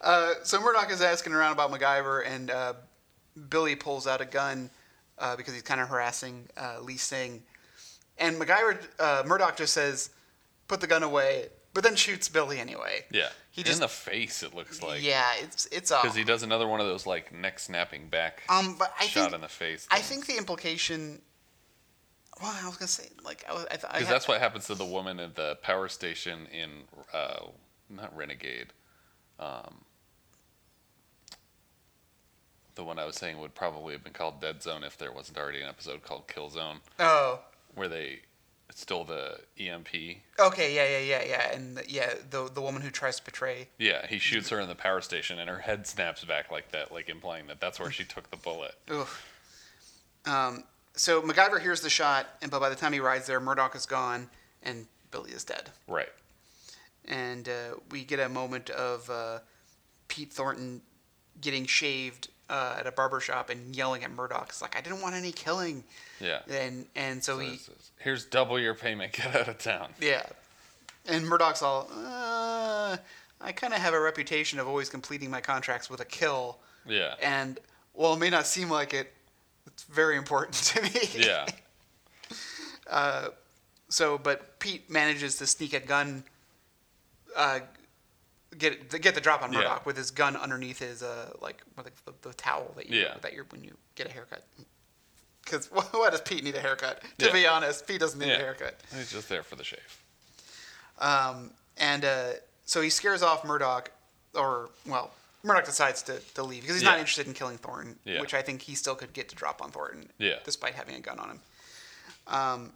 Uh, so Murdoch is asking around about MacGyver, and uh, Billy pulls out a gun uh, because he's kind of harassing uh, Lee Sing. And MacGyver, uh, Murdoch just says, "Put the gun away," but then shoots Billy anyway.
Yeah.
He just
in the face it looks like.
yeah, it's it's awful.
Because he does another one of those like neck snapping back
Um, but I
shot
think
in the face.
I think the implication. Well, I was gonna say like I was. I thought I
because
had-
that's what happens to the woman at the power station in uh, not Renegade. Um, the one I was saying would probably have been called Dead Zone if there wasn't already an episode called Kill Zone
Oh,
where they stole the E EMP.
okay, yeah, yeah, yeah, yeah, and the, yeah, the the woman who tries to betray.
Yeah, he shoots her in the power station and her head snaps back like that, like implying that that's where she took the bullet.
Ugh. Um. So MacGyver hears the shot, and but by the time he rides there, Murdoch is gone, and Billy is dead.
Right.
And uh, we get a moment of uh, Pete Thornton getting shaved uh, at a barber shop and yelling at Murdoch. It's like I didn't want any killing,
Yeah.
and and so he
This is- Here's double your payment. Get out of town.
Yeah. And Murdoch's all, uh, I kind of have a reputation of always completing my contracts with a kill.
Yeah.
And while it may not seem like it, it's very important to me.
Yeah.
So, but Pete manages to sneak a gun, uh, get get the drop on
Yeah.
Murdoch with his gun underneath his uh like with the, the, towel that you
Yeah.
that you're when you get a haircut. Because why does Pete need a haircut? To
Yeah.
be honest, Pete doesn't need
Yeah.
a haircut.
He's just there for the shave.
Um, and uh, so he scares off Murdoch, or, well, Murdoch decides to, to leave because he's not
Yeah.
interested in killing Thornton,
Yeah.
which I think he still could get to drop on Thornton,
Yeah.
despite having a gun on him. Um,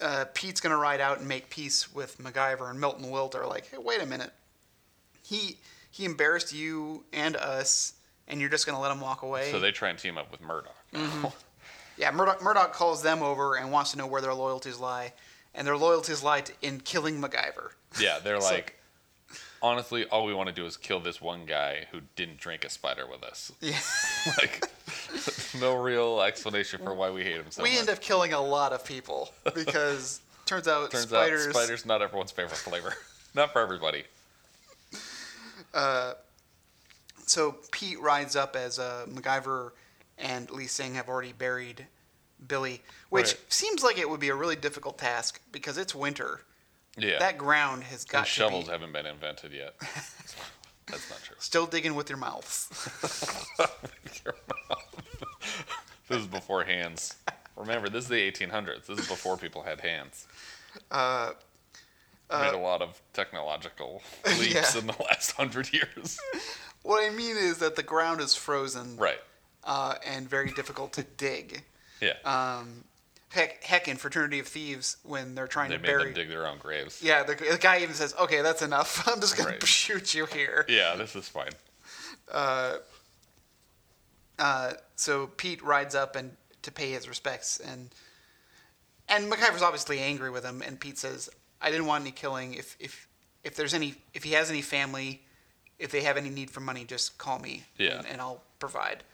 uh, Pete's going to ride out and make peace with MacGyver, and Milton Wilt are like, hey, wait a minute. He, he embarrassed you and us, and you're just going to let him walk away?
So they try and team up with Murdoch.
Mm-hmm. Yeah, Murdoch, Murdoch calls them over and wants to know where their loyalties lie, and their loyalties lie t in killing MacGyver.
yeah, they're
So-
like, honestly, all we want to do is kill this one guy who didn't drink a spider with us.
Yeah.
like, no real explanation for why we hate him so
we
much.
end up killing a lot of people because turns out
Turns
spiders.
out spider's not everyone's favorite flavor. not for everybody.
So Pete rides up as uh, MacGyver and Lee Sing have already buried Billy, which
Right.
seems like it would be a really difficult task because it's winter.
Yeah.
That ground has got
and
to
shovels
be
haven't been invented yet. That's not true.
still digging with your mouths.
This is before hands. Remember, this is the 1800s. This is before people had hands. Uh, Made a lot of technological leaps
Yeah.
in the last hundred years.
what I mean is that the ground is frozen,
right.
Uh, and very difficult to dig.
Yeah.
Um, heck, heck in Fraternity of Thieves when they're trying
They
to
made
bury.
them dig their own graves.
yeah, the, the guy even says, "Okay, that's enough. I'm just gonna
Right.
shoot you here."
Yeah, this is fine.
Uh, so Pete rides up and to pay his respects, and and McIver's obviously angry with him, and Pete says, "I didn't want any killing. If if if there's any, if he has any family, if they have any need for money, just call me,
Yeah.
and, and I'll provide."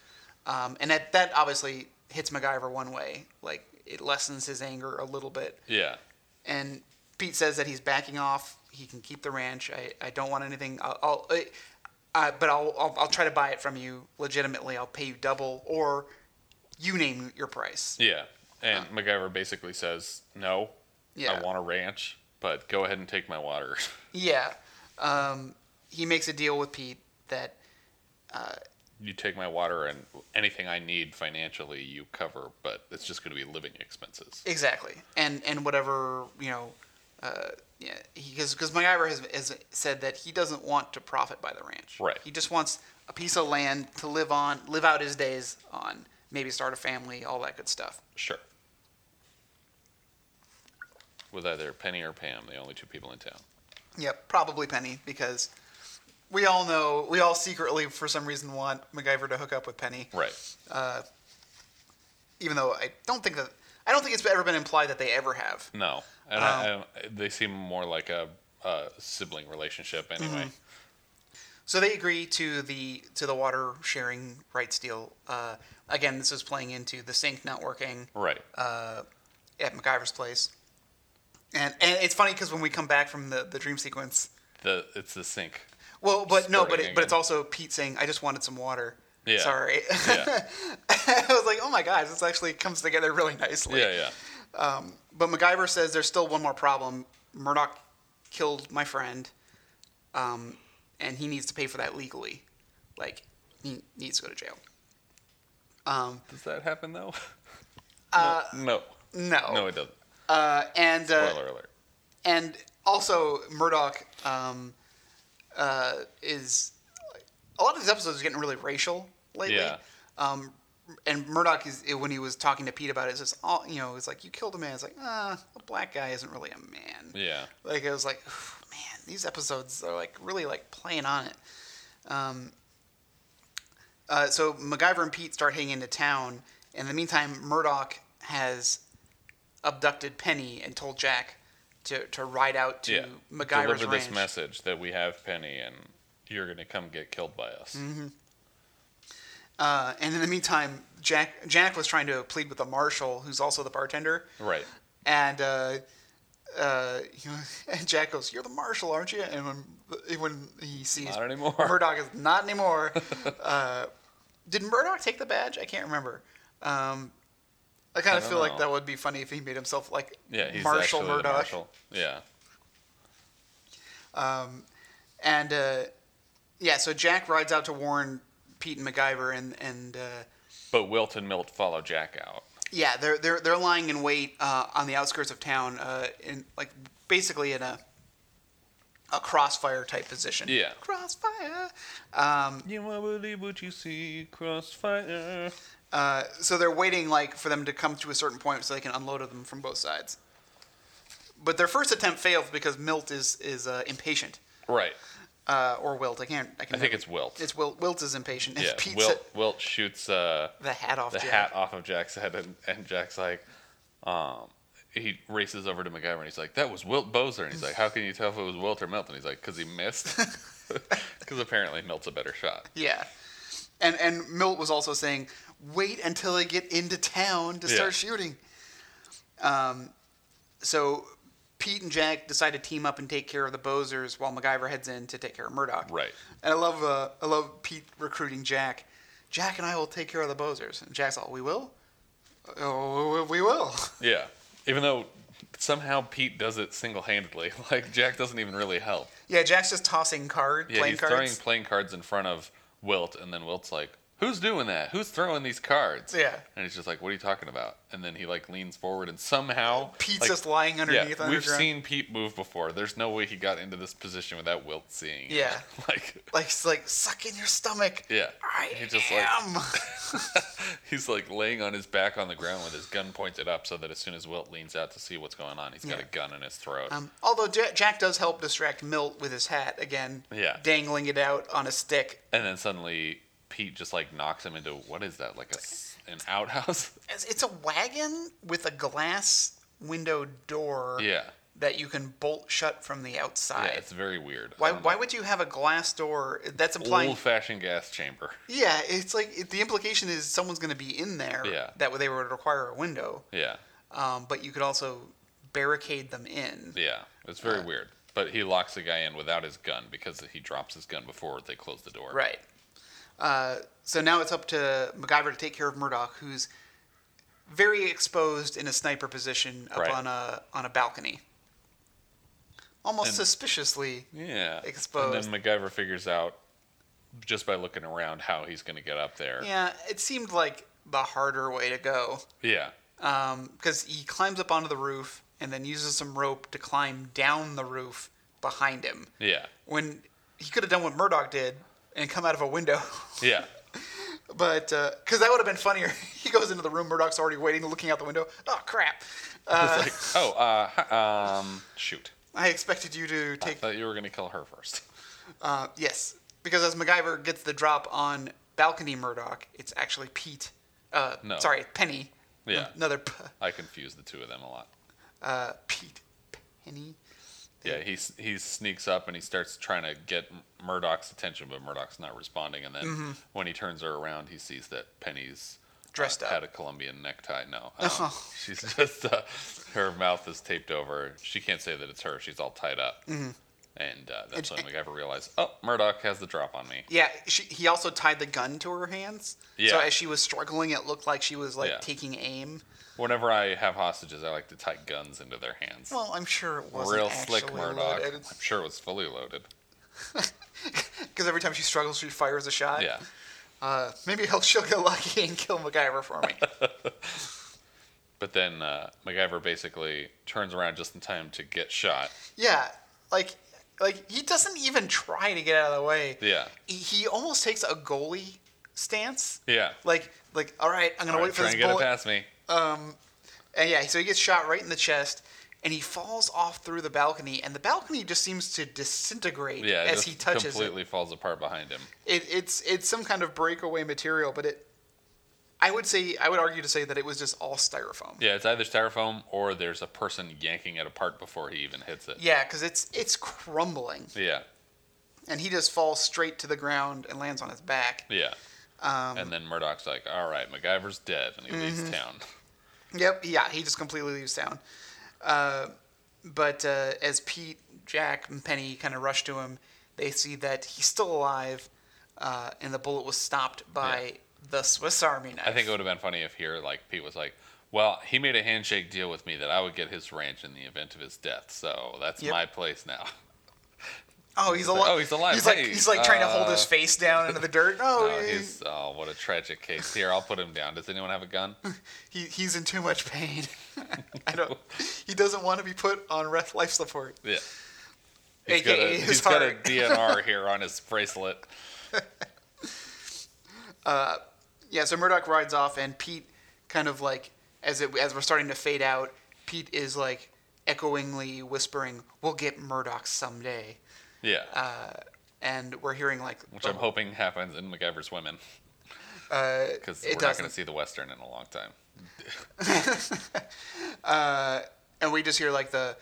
Um, and that that obviously hits MacGyver one way, like it lessens his anger a little bit.
Yeah.
And Pete says that he's backing off. He can keep the ranch. I, I don't want anything. I'll, I'll I, uh, but I'll, I'll I'll try to buy it from you legitimately. I'll pay you double, or you name your price.
Yeah. And MacGyver basically says, No,
Uh. Yeah.
I want a ranch, but go ahead and take my water.
Yeah. Um, he makes a deal with Pete that
you take my water and anything I need financially, you cover, but it's just going to be living expenses.
Exactly, and and whatever you know, uh, yeah, because because MacGyver has, has said that he doesn't want to profit by the ranch.
Right.
He just wants a piece of land to live on, live out his days on, maybe start a family, all that good stuff.
Sure. With either Penny or Pam, the only two people in town.
Yep, probably Penny because we all know we all secretly for some reason want MacGyver to hook up with Penny,
Right.
even though I don't think that I don't think it's ever been implied that they ever have.
No, and I,
Um,
I- they seem more like a, a sibling relationship anyway.
Mm-hmm. So they agree to the to the water sharing rights deal. Uh, again, this is playing into the sink not working
Right.
at MacGyver's place, and and it's funny because when we come back from the the dream sequence,
the it's the sink.
well, but no, but
Starting
it, but it's
again.
also Pete saying, "I just wanted some water."
Yeah.
Sorry.
Yeah.
I was like, "Oh my gosh, this actually comes together really nicely."
yeah, yeah.
But MacGyver says there's still one more problem. Murdoch killed my friend, um, and he needs to pay for that legally. Like, he needs to go to jail. Um,
Does that happen though? Uh, no.
no.
No, it doesn't.
Uh, and uh,
Spoiler alert.
and also Murdoch um, uh, is a lot of these episodes are getting really racial lately.
Yeah.
Um, and Murdoch is when he was talking to Pete about it, it's just all you know. It's like you killed a man. It's like ah, a black guy isn't really a man.
Yeah.
Like it was like, man, these episodes are like really like playing on it. Um, uh, so MacGyver and Pete start heading into town. In the meantime, Murdoch has abducted Penny and told Jack to, to ride out to
Yeah.
MacGyver's
Deliver
ranch.
this message that we have Penny and you're gonna come get killed by us.
Mm-hmm. Uh, and in the meantime, Jack Jack was trying to plead with the marshal, who's also the bartender.
Right.
and uh, uh, you know, and Jack goes, "You're the marshal, aren't you?" And when when he sees
Not anymore.
Murdoch is not anymore. uh, did Murdoch take the badge? I can't remember. Um, I kind
I
of
don't
feel like
know.
that would be funny if he made himself like
Yeah, he's
Marshal
actually the
Murdoch.
marshal. Yeah.
Um, and uh, yeah, so Jack rides out to warn Pete and MacGyver, and and uh,
But Wilt and Milt follow Jack out.
Yeah, they're they're they're lying in wait uh, on the outskirts of town, uh, in like basically in a a crossfire type position.
Yeah.
crossfire. Um,
You won't believe what you see, crossfire.
uh, so they're waiting like for them to come to a certain point so they can unload them from both sides. But their first attempt fails because Milt is is uh, impatient,
Right.
uh, or Wilt. I can't. I, can
I think it's Wilt.
it's Wilt. Wilt is impatient.
yeah.
And Pete
Wilt,
said-
Wilt shoots uh,
the hat off.
the
Jack.
hat off of Jack's head, and, and Jack's like, um, he races over to MacGyver and he's like, "That was Wilt Bozer," and he's like, "How can you tell if it was Wilt or Milt?" And he's like, "Cause he missed." Because apparently Milt's a better shot.
Yeah. And and Milt was also saying, wait until they get into town to
Yeah.
start shooting. Um, so Pete and Jack decide to team up and take care of the Bozers while MacGyver heads in to take care of Murdoch.
Right.
And I love uh, I love Pete recruiting Jack. Jack and I will take care of the Bozers. And Jack's all, we will? Oh, we will.
Yeah. Even though somehow Pete does it single-handedly, like Jack doesn't even really help.
Yeah, Jack's just tossing card,
Yeah,
playing
he's
cards.
throwing playing cards in front of Wilt, and then Wilt's like, who's doing that? Who's throwing these cards?
Yeah.
And he's just like, what are you talking about? And then he like leans forward and somehow
Pete's
like,
just lying underneath.
yeah, we've
underground.
seen Pete move before. There's no way he got into this position without Wilt seeing. it.
Yeah.
like
Like, it's like, suck in your stomach.
yeah.
I
He just like
am.
he's like laying on his back on the ground with his gun pointed up, so that as soon as Wilt leans out to see what's going on, he's got
Yeah.
a gun in his throat.
Um, although Ja- Jack does help distract Milt with his hat again,
Yeah.
dangling it out on a stick.
and then suddenly Pete just like knocks him into what is that like a s- an outhouse?
It's it's a wagon with a glass window door
yeah.
that you can bolt shut from the
Yeah,
outside.
it's very weird. Um,
why, why would you have a glass door? That's implying.
old fashioned gas chamber?
Yeah, it's like it, the implication is someone's going to be in there.
Yeah.
That way they would require a window.
Yeah,
Um, but you could also barricade them in.
yeah, it's very weird. But he locks the guy in without his gun because he drops his gun before they close the door.
Right. Uh, so now it's up to MacGyver to take care of Murdoch, who's very exposed in a sniper position up
Right.
on a on a balcony, almost
And-
suspiciously.
Yeah.
Exposed.
And then MacGyver figures out just by looking around how he's going to get up there.
Yeah, it seemed like the harder way to go
Yeah.
because he climbs up onto the roof and then uses some rope to climb down the roof behind him.
Yeah.
When he could have done what Murdoch did and come out of a window.
Yeah.
But because that would have been funnier. he goes into the room. Murdoch's already waiting, looking out the window. Oh crap! Uh,
It's like, oh, uh, hi- um, shoot.
I expected you to
I
take
thought you were going to kill her first.
uh, yes, because as MacGyver gets the drop on balcony Murdoch, it's actually Pete. Uh,
No.
Sorry, Penny.
Yeah.
Another p-
I confuse the two of them a lot.
uh, Pete Penny.
Yeah, he s- he sneaks up and he starts trying to get M- Murdoch's attention, but Murdoch's not responding. And then
Mm-hmm.
when he turns her around, he sees that Penny's
Dressed
uh,
up. Oh.
had a Colombian necktie. No, um, she's just uh, her mouth is taped over. She can't say that it's her. She's all tied up.
Mm-hmm.
And uh, that's when MacGyver realized, oh, Murdoch has the drop on me.
Yeah, she, he also tied the gun to her hands. So
Yeah.
as she was struggling, it looked like she was like
Yeah.
taking aim.
Whenever I have hostages, I like to tie guns into their hands.
Well, I'm sure it wasn't
Real
actually
slick, Murdoch.
loaded.
I'm sure it was fully loaded.
Because every time she struggles, she fires a shot.
Yeah.
Uh, maybe he'll, she'll get lucky and kill MacGyver for me.
But then uh, MacGyver basically turns around just in time to get shot.
yeah, like, like he doesn't even try to get out of the way.
Yeah.
He, he almost takes a goalie stance.
Yeah.
Like, like, all right, I'm gonna
All right,
wait for
try
this
and get it
bullet.
past me.
And yeah, so he gets shot right in the chest, and he falls off through the balcony, and the balcony just seems to disintegrate
Yeah, it
as
just
he touches it.
completely falls apart behind him.
it, it's it's some kind of breakaway material, but it. I would say I would argue to say that it was just all styrofoam.
Yeah, it's either styrofoam or there's a person yanking it apart before he even hits it.
Yeah, because it's it's crumbling,
Yeah,
and he just falls straight to the ground and lands on his back.
yeah.
Um,
and then Murdoch's like, "All right, MacGyver's dead," and he
Mm-hmm.
leaves town.
Yep, yeah, he just completely leaves town. Uh, but uh, as Pete, Jack, and Penny kind of rush to him, they see that he's still alive, uh, and the bullet was stopped by the Swiss Army knife.
I think it would have been funny if here, like, Pete was like, "Well, he made a handshake deal with me that I would get his ranch in the event of his death, so that's
Yep.
my place now."
oh, he's alive.
like, oh, he's alive,
He's like
hey,
he's like trying to hold his
uh,
face down into the dirt. Oh,
Oh,
he-
he's oh, what a tragic case. Here, I'll put him down. Does anyone have a gun?
he, he's in too much pain. I don't. He doesn't want to be put on ref life support.
Yeah. He's got
AKA
a,
his
he's got a
heart.
DNR here on his bracelet.
Yeah, so Murdoch rides off, and Pete kind of like as it as we're starting to fade out, Pete is like echoingly whispering, "We'll get Murdoch someday,"
Yeah.
Uh, and we're hearing like
which I'm hoping happens in MacGyver's Women. Because
Uh, it
we're not going
doesn't.
to see the Western in a long time.
and we just hear like the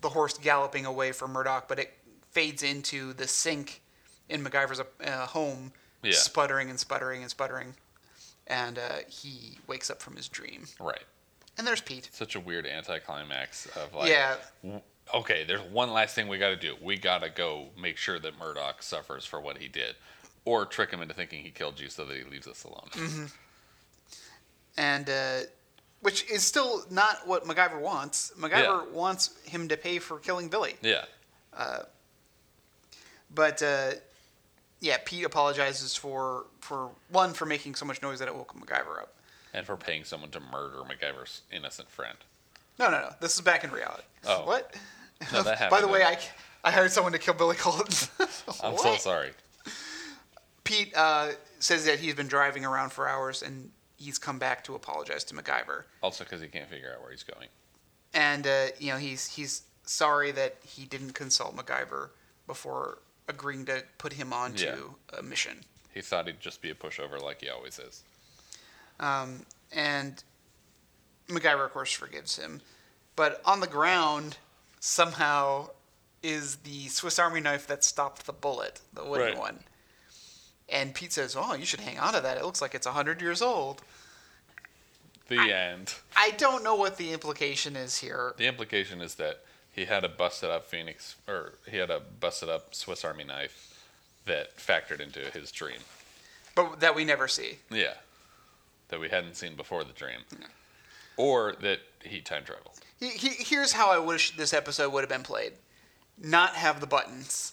the horse galloping away from Murdoch, but it fades into the sink in MacGyver's uh, home,
Yeah.
sputtering and sputtering and sputtering, and uh, he wakes up from his dream,
Right.
and there's Pete.
Such a weird anticlimax of like,
yeah,
w- okay, there's one last thing we got to do. We got to go make sure that Murdoch suffers for what he did. Or trick him into thinking he killed you so that he leaves us alone.
Mm-hmm. and uh, which is still not what MacGyver wants. MacGyver wants him to pay for killing Billy,
yeah.
but uh, yeah, Pete apologizes for for one for making so much noise that it woke MacGyver up.
and for paying someone to murder MacGyver's innocent friend.
No, no, no. This is back in reality.
Oh.
What?
No, that happened.
By the way, I, I hired someone to kill Billy Collins.
I'm so
What?
sorry.
Pete uh, says that he's been driving around for hours and he's come back to apologize to MacGyver.
Also, because he can't figure out where he's going.
And uh, you know he's he's sorry that he didn't consult MacGyver before agreeing to put him onto a mission.
He thought he'd just be a pushover like he always is.
Um, and MacGyver, of course, forgives him. But on the ground, somehow, is the Swiss Army knife that stopped the bullet, the wooden
Right.
one. And Pete says, Oh, you should hang on to that. It looks like it's 100 years old.
The end.
I don't know what the implication is here.
The implication is that he had a busted up Phoenix, or he had a busted up Swiss Army knife that factored into his dream.
But that we never see.
Yeah. That we hadn't seen before the dream. Or that he time traveled.
He, he, here's how I wish this episode would have been played not have the buttons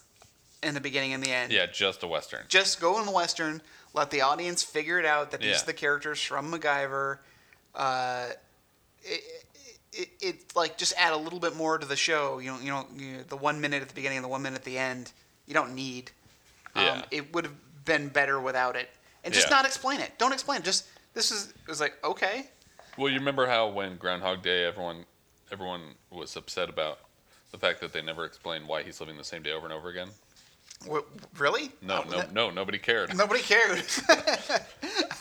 in the beginning and the end.
Yeah, just a Western.
just go in the western, let the audience figure it out that these
Yeah.
are the characters from MacGyver. Uh, it, it, it like just add a little bit more to the show. You don't, you don't, you the one minute at the beginning and the one minute at the end. You don't need. Um,
Yeah.
it would have been better without it, and just
Yeah.
not explain it. Don't explain. it. Just this is it was like okay,
Well, you remember how when Groundhog Day, everyone everyone was upset about the fact that they never explained why he's living the same day over and over again.
what, really?
No,
Oh,
no,
that-
no, nobody cared.
Nobody cared. I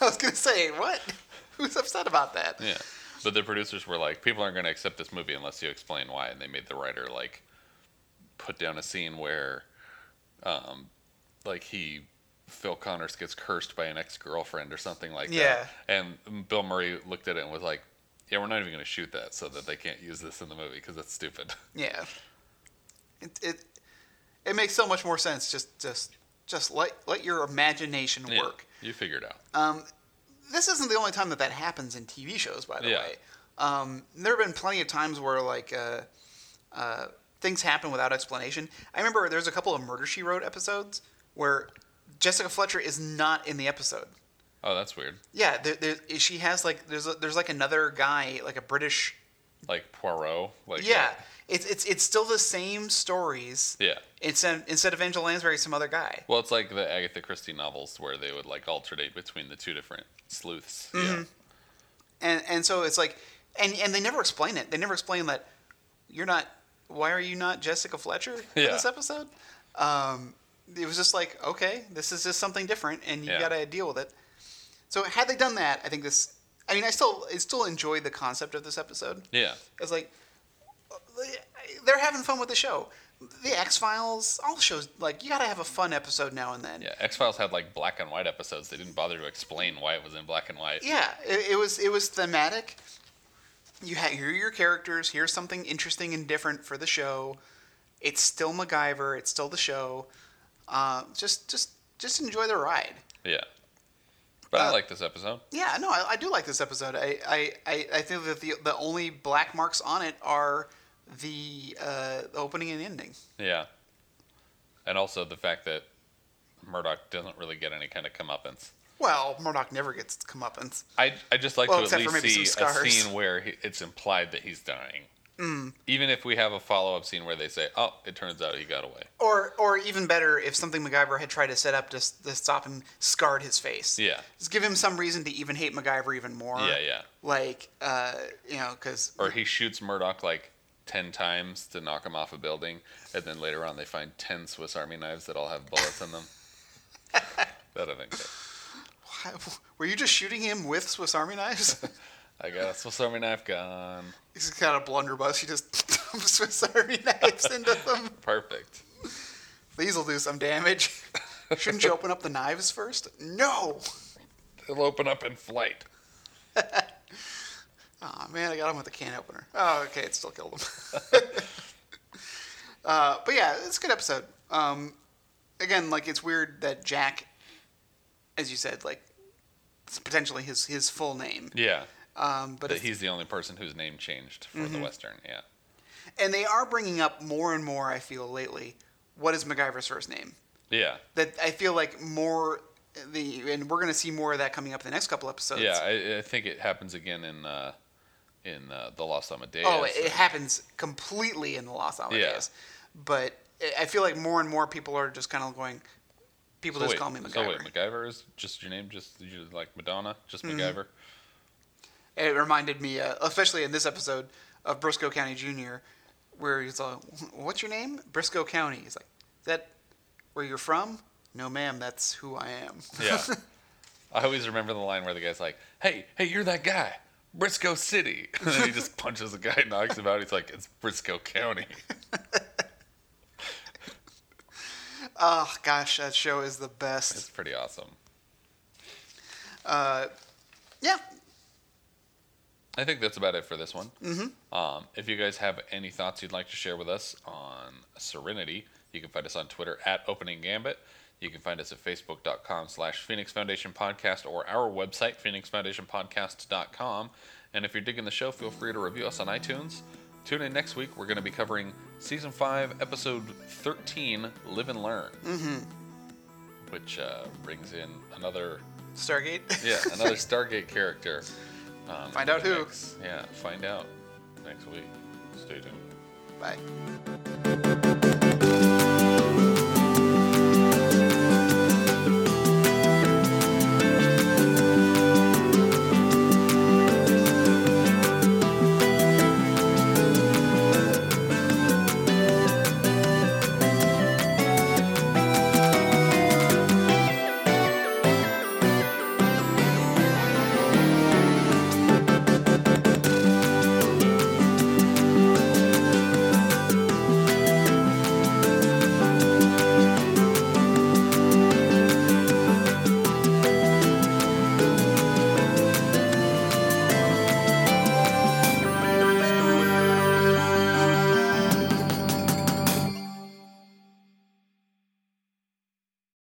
was gonna say what? Who's upset about that?
Yeah, but the producers were like, people aren't going to accept this movie unless you explain why, and they made the writer like put down a scene where, um, like he. Phil Connors gets cursed by an ex-girlfriend or something like
Yeah.
that, and Bill Murray looked at it and was like, "Yeah, we're not even going to shoot that so that they can't use this in the movie because that's stupid."
Yeah. It, it it makes so much more sense. Just just just let let your imagination
Yeah,
work.
you figure it out.
Um, this isn't the only time that that happens in TV shows, by the
Yeah.
way. Um, there have been plenty of times where like uh, uh, things happen without explanation. I remember there's a couple of Murder She Wrote episodes where Jessica Fletcher is not in the episode.
Oh, that's weird.
Yeah, there, there, she has like there's a, there's like another guy like a British
like Poirot. Like
yeah.
uh,
It's it's it's still the same stories.
yeah.
Instead, instead of Angela Lansbury, some other guy.
Well, it's like the Agatha Christie novels where they would like alternate between the two different sleuths.
Mm-hmm.
Yeah.
And and so it's like, and and they never explain it. They never explain that you're not. Why are you not Jessica Fletcher for
Yeah.
this episode? Um, it was just like, okay, this is just something different, and you
Yeah.
got to deal with it. So had they done that, I think this. I mean, I still I still enjoyed the concept of this episode.
Yeah.
It's like uh, they're having fun with the show. The X Files, all shows like you got to have a fun episode now and then.
Yeah. X Files had like black and white episodes. They didn't bother to explain why it was in black and white.
yeah it, it was it was thematic you ha- here are your characters here's something interesting and different for the show it's still MacGyver it's still the show uh, just just just enjoy the ride
Yeah. But I
Uh,
like this episode.
yeah no I, I do like this episode I, I, I, I think that the, the only black marks on it are the uh, the opening and ending
Yeah. And also the fact that Murdoch doesn't really get any kind of comeuppance.
well Murdoch never gets comeuppance
I I just like
Well,
to at
except for
least see
maybe some
a
scars. Mm.
scene where he, it's implied that he's dying. Even if we have a follow up scene where they say, "Oh, it turns out he got away."
Or, or even better, if something MacGyver had tried to set up to, s- to stop him scarred his face.
Yeah.
Just give him some reason to even hate MacGyver even more.
Yeah, yeah.
Like, uh, you know, because.
or he shoots Murdoch like 10 times to knock him off a building, and then later on they find 10 Swiss Army knives that all have bullets in them. that I think.
Were you just shooting him with Swiss Army knives?
I got a Swiss Army knife gone.
He's got a blunderbuss. He just dumps Swiss Army knives into them.
Perfect.
These will do some damage. Shouldn't you open up the knives first? No!
It'll open up in flight.
Oh man, I got him with a can opener. Oh, okay, it still killed him. uh, but yeah, it's a good episode. Um, again, like it's weird that Jack, as you said, like it's potentially his his full name.
Yeah.
Um, but
That
it's,
he's the only person whose name changed for the Western. Yeah.
and they are bringing up more and more. I feel lately, what is MacGyver's first name?
Yeah.
That I feel like more the and we're gonna see more of that coming up in the next couple episodes.
Yeah, I, I think it happens again in uh, in uh, the Lost Amadeus.
Oh, it, it happens completely in the Lost Amadeus. But I- I feel like more and more people are just kind of going. People
So
just
wait,
call me MacGyver.
So wait, MacGyver is just your name, just you like Madonna, just MacGyver.
It reminded me, uh, especially in this episode of Briscoe County Jr., where he's like, "What's your name?" Briscoe County. He's like, "Is that where you're from?" No, ma'am. That's who I am.
Yeah. I always remember the line where the guy's like, "Hey, hey, you're that guy, Briscoe City," and then he just punches the guy, knocks him out. He's like, "It's Briscoe County."
oh gosh, that show is the
It's
best.
pretty awesome.
Yeah.
I think that's about it for this one. Mm-hmm. Um, if you guys have any thoughts you'd like to share with us on Serenity, you can find us on Twitter at Opening Gambit. You can find us at facebook.com slash Phoenix Foundation Podcast or our website, phoenixfoundationpodcast.com. And if you're digging the show, feel free to review us on iTunes. Tune in next week. We're going to be covering Season 5, Episode 13, Live and Learn. Mm-hmm. Which uh, brings in another
Stargate.
yeah, another Stargate character. Um,
Find out
the
who.
next- yeah, find out next week. Stay tuned.
Bye.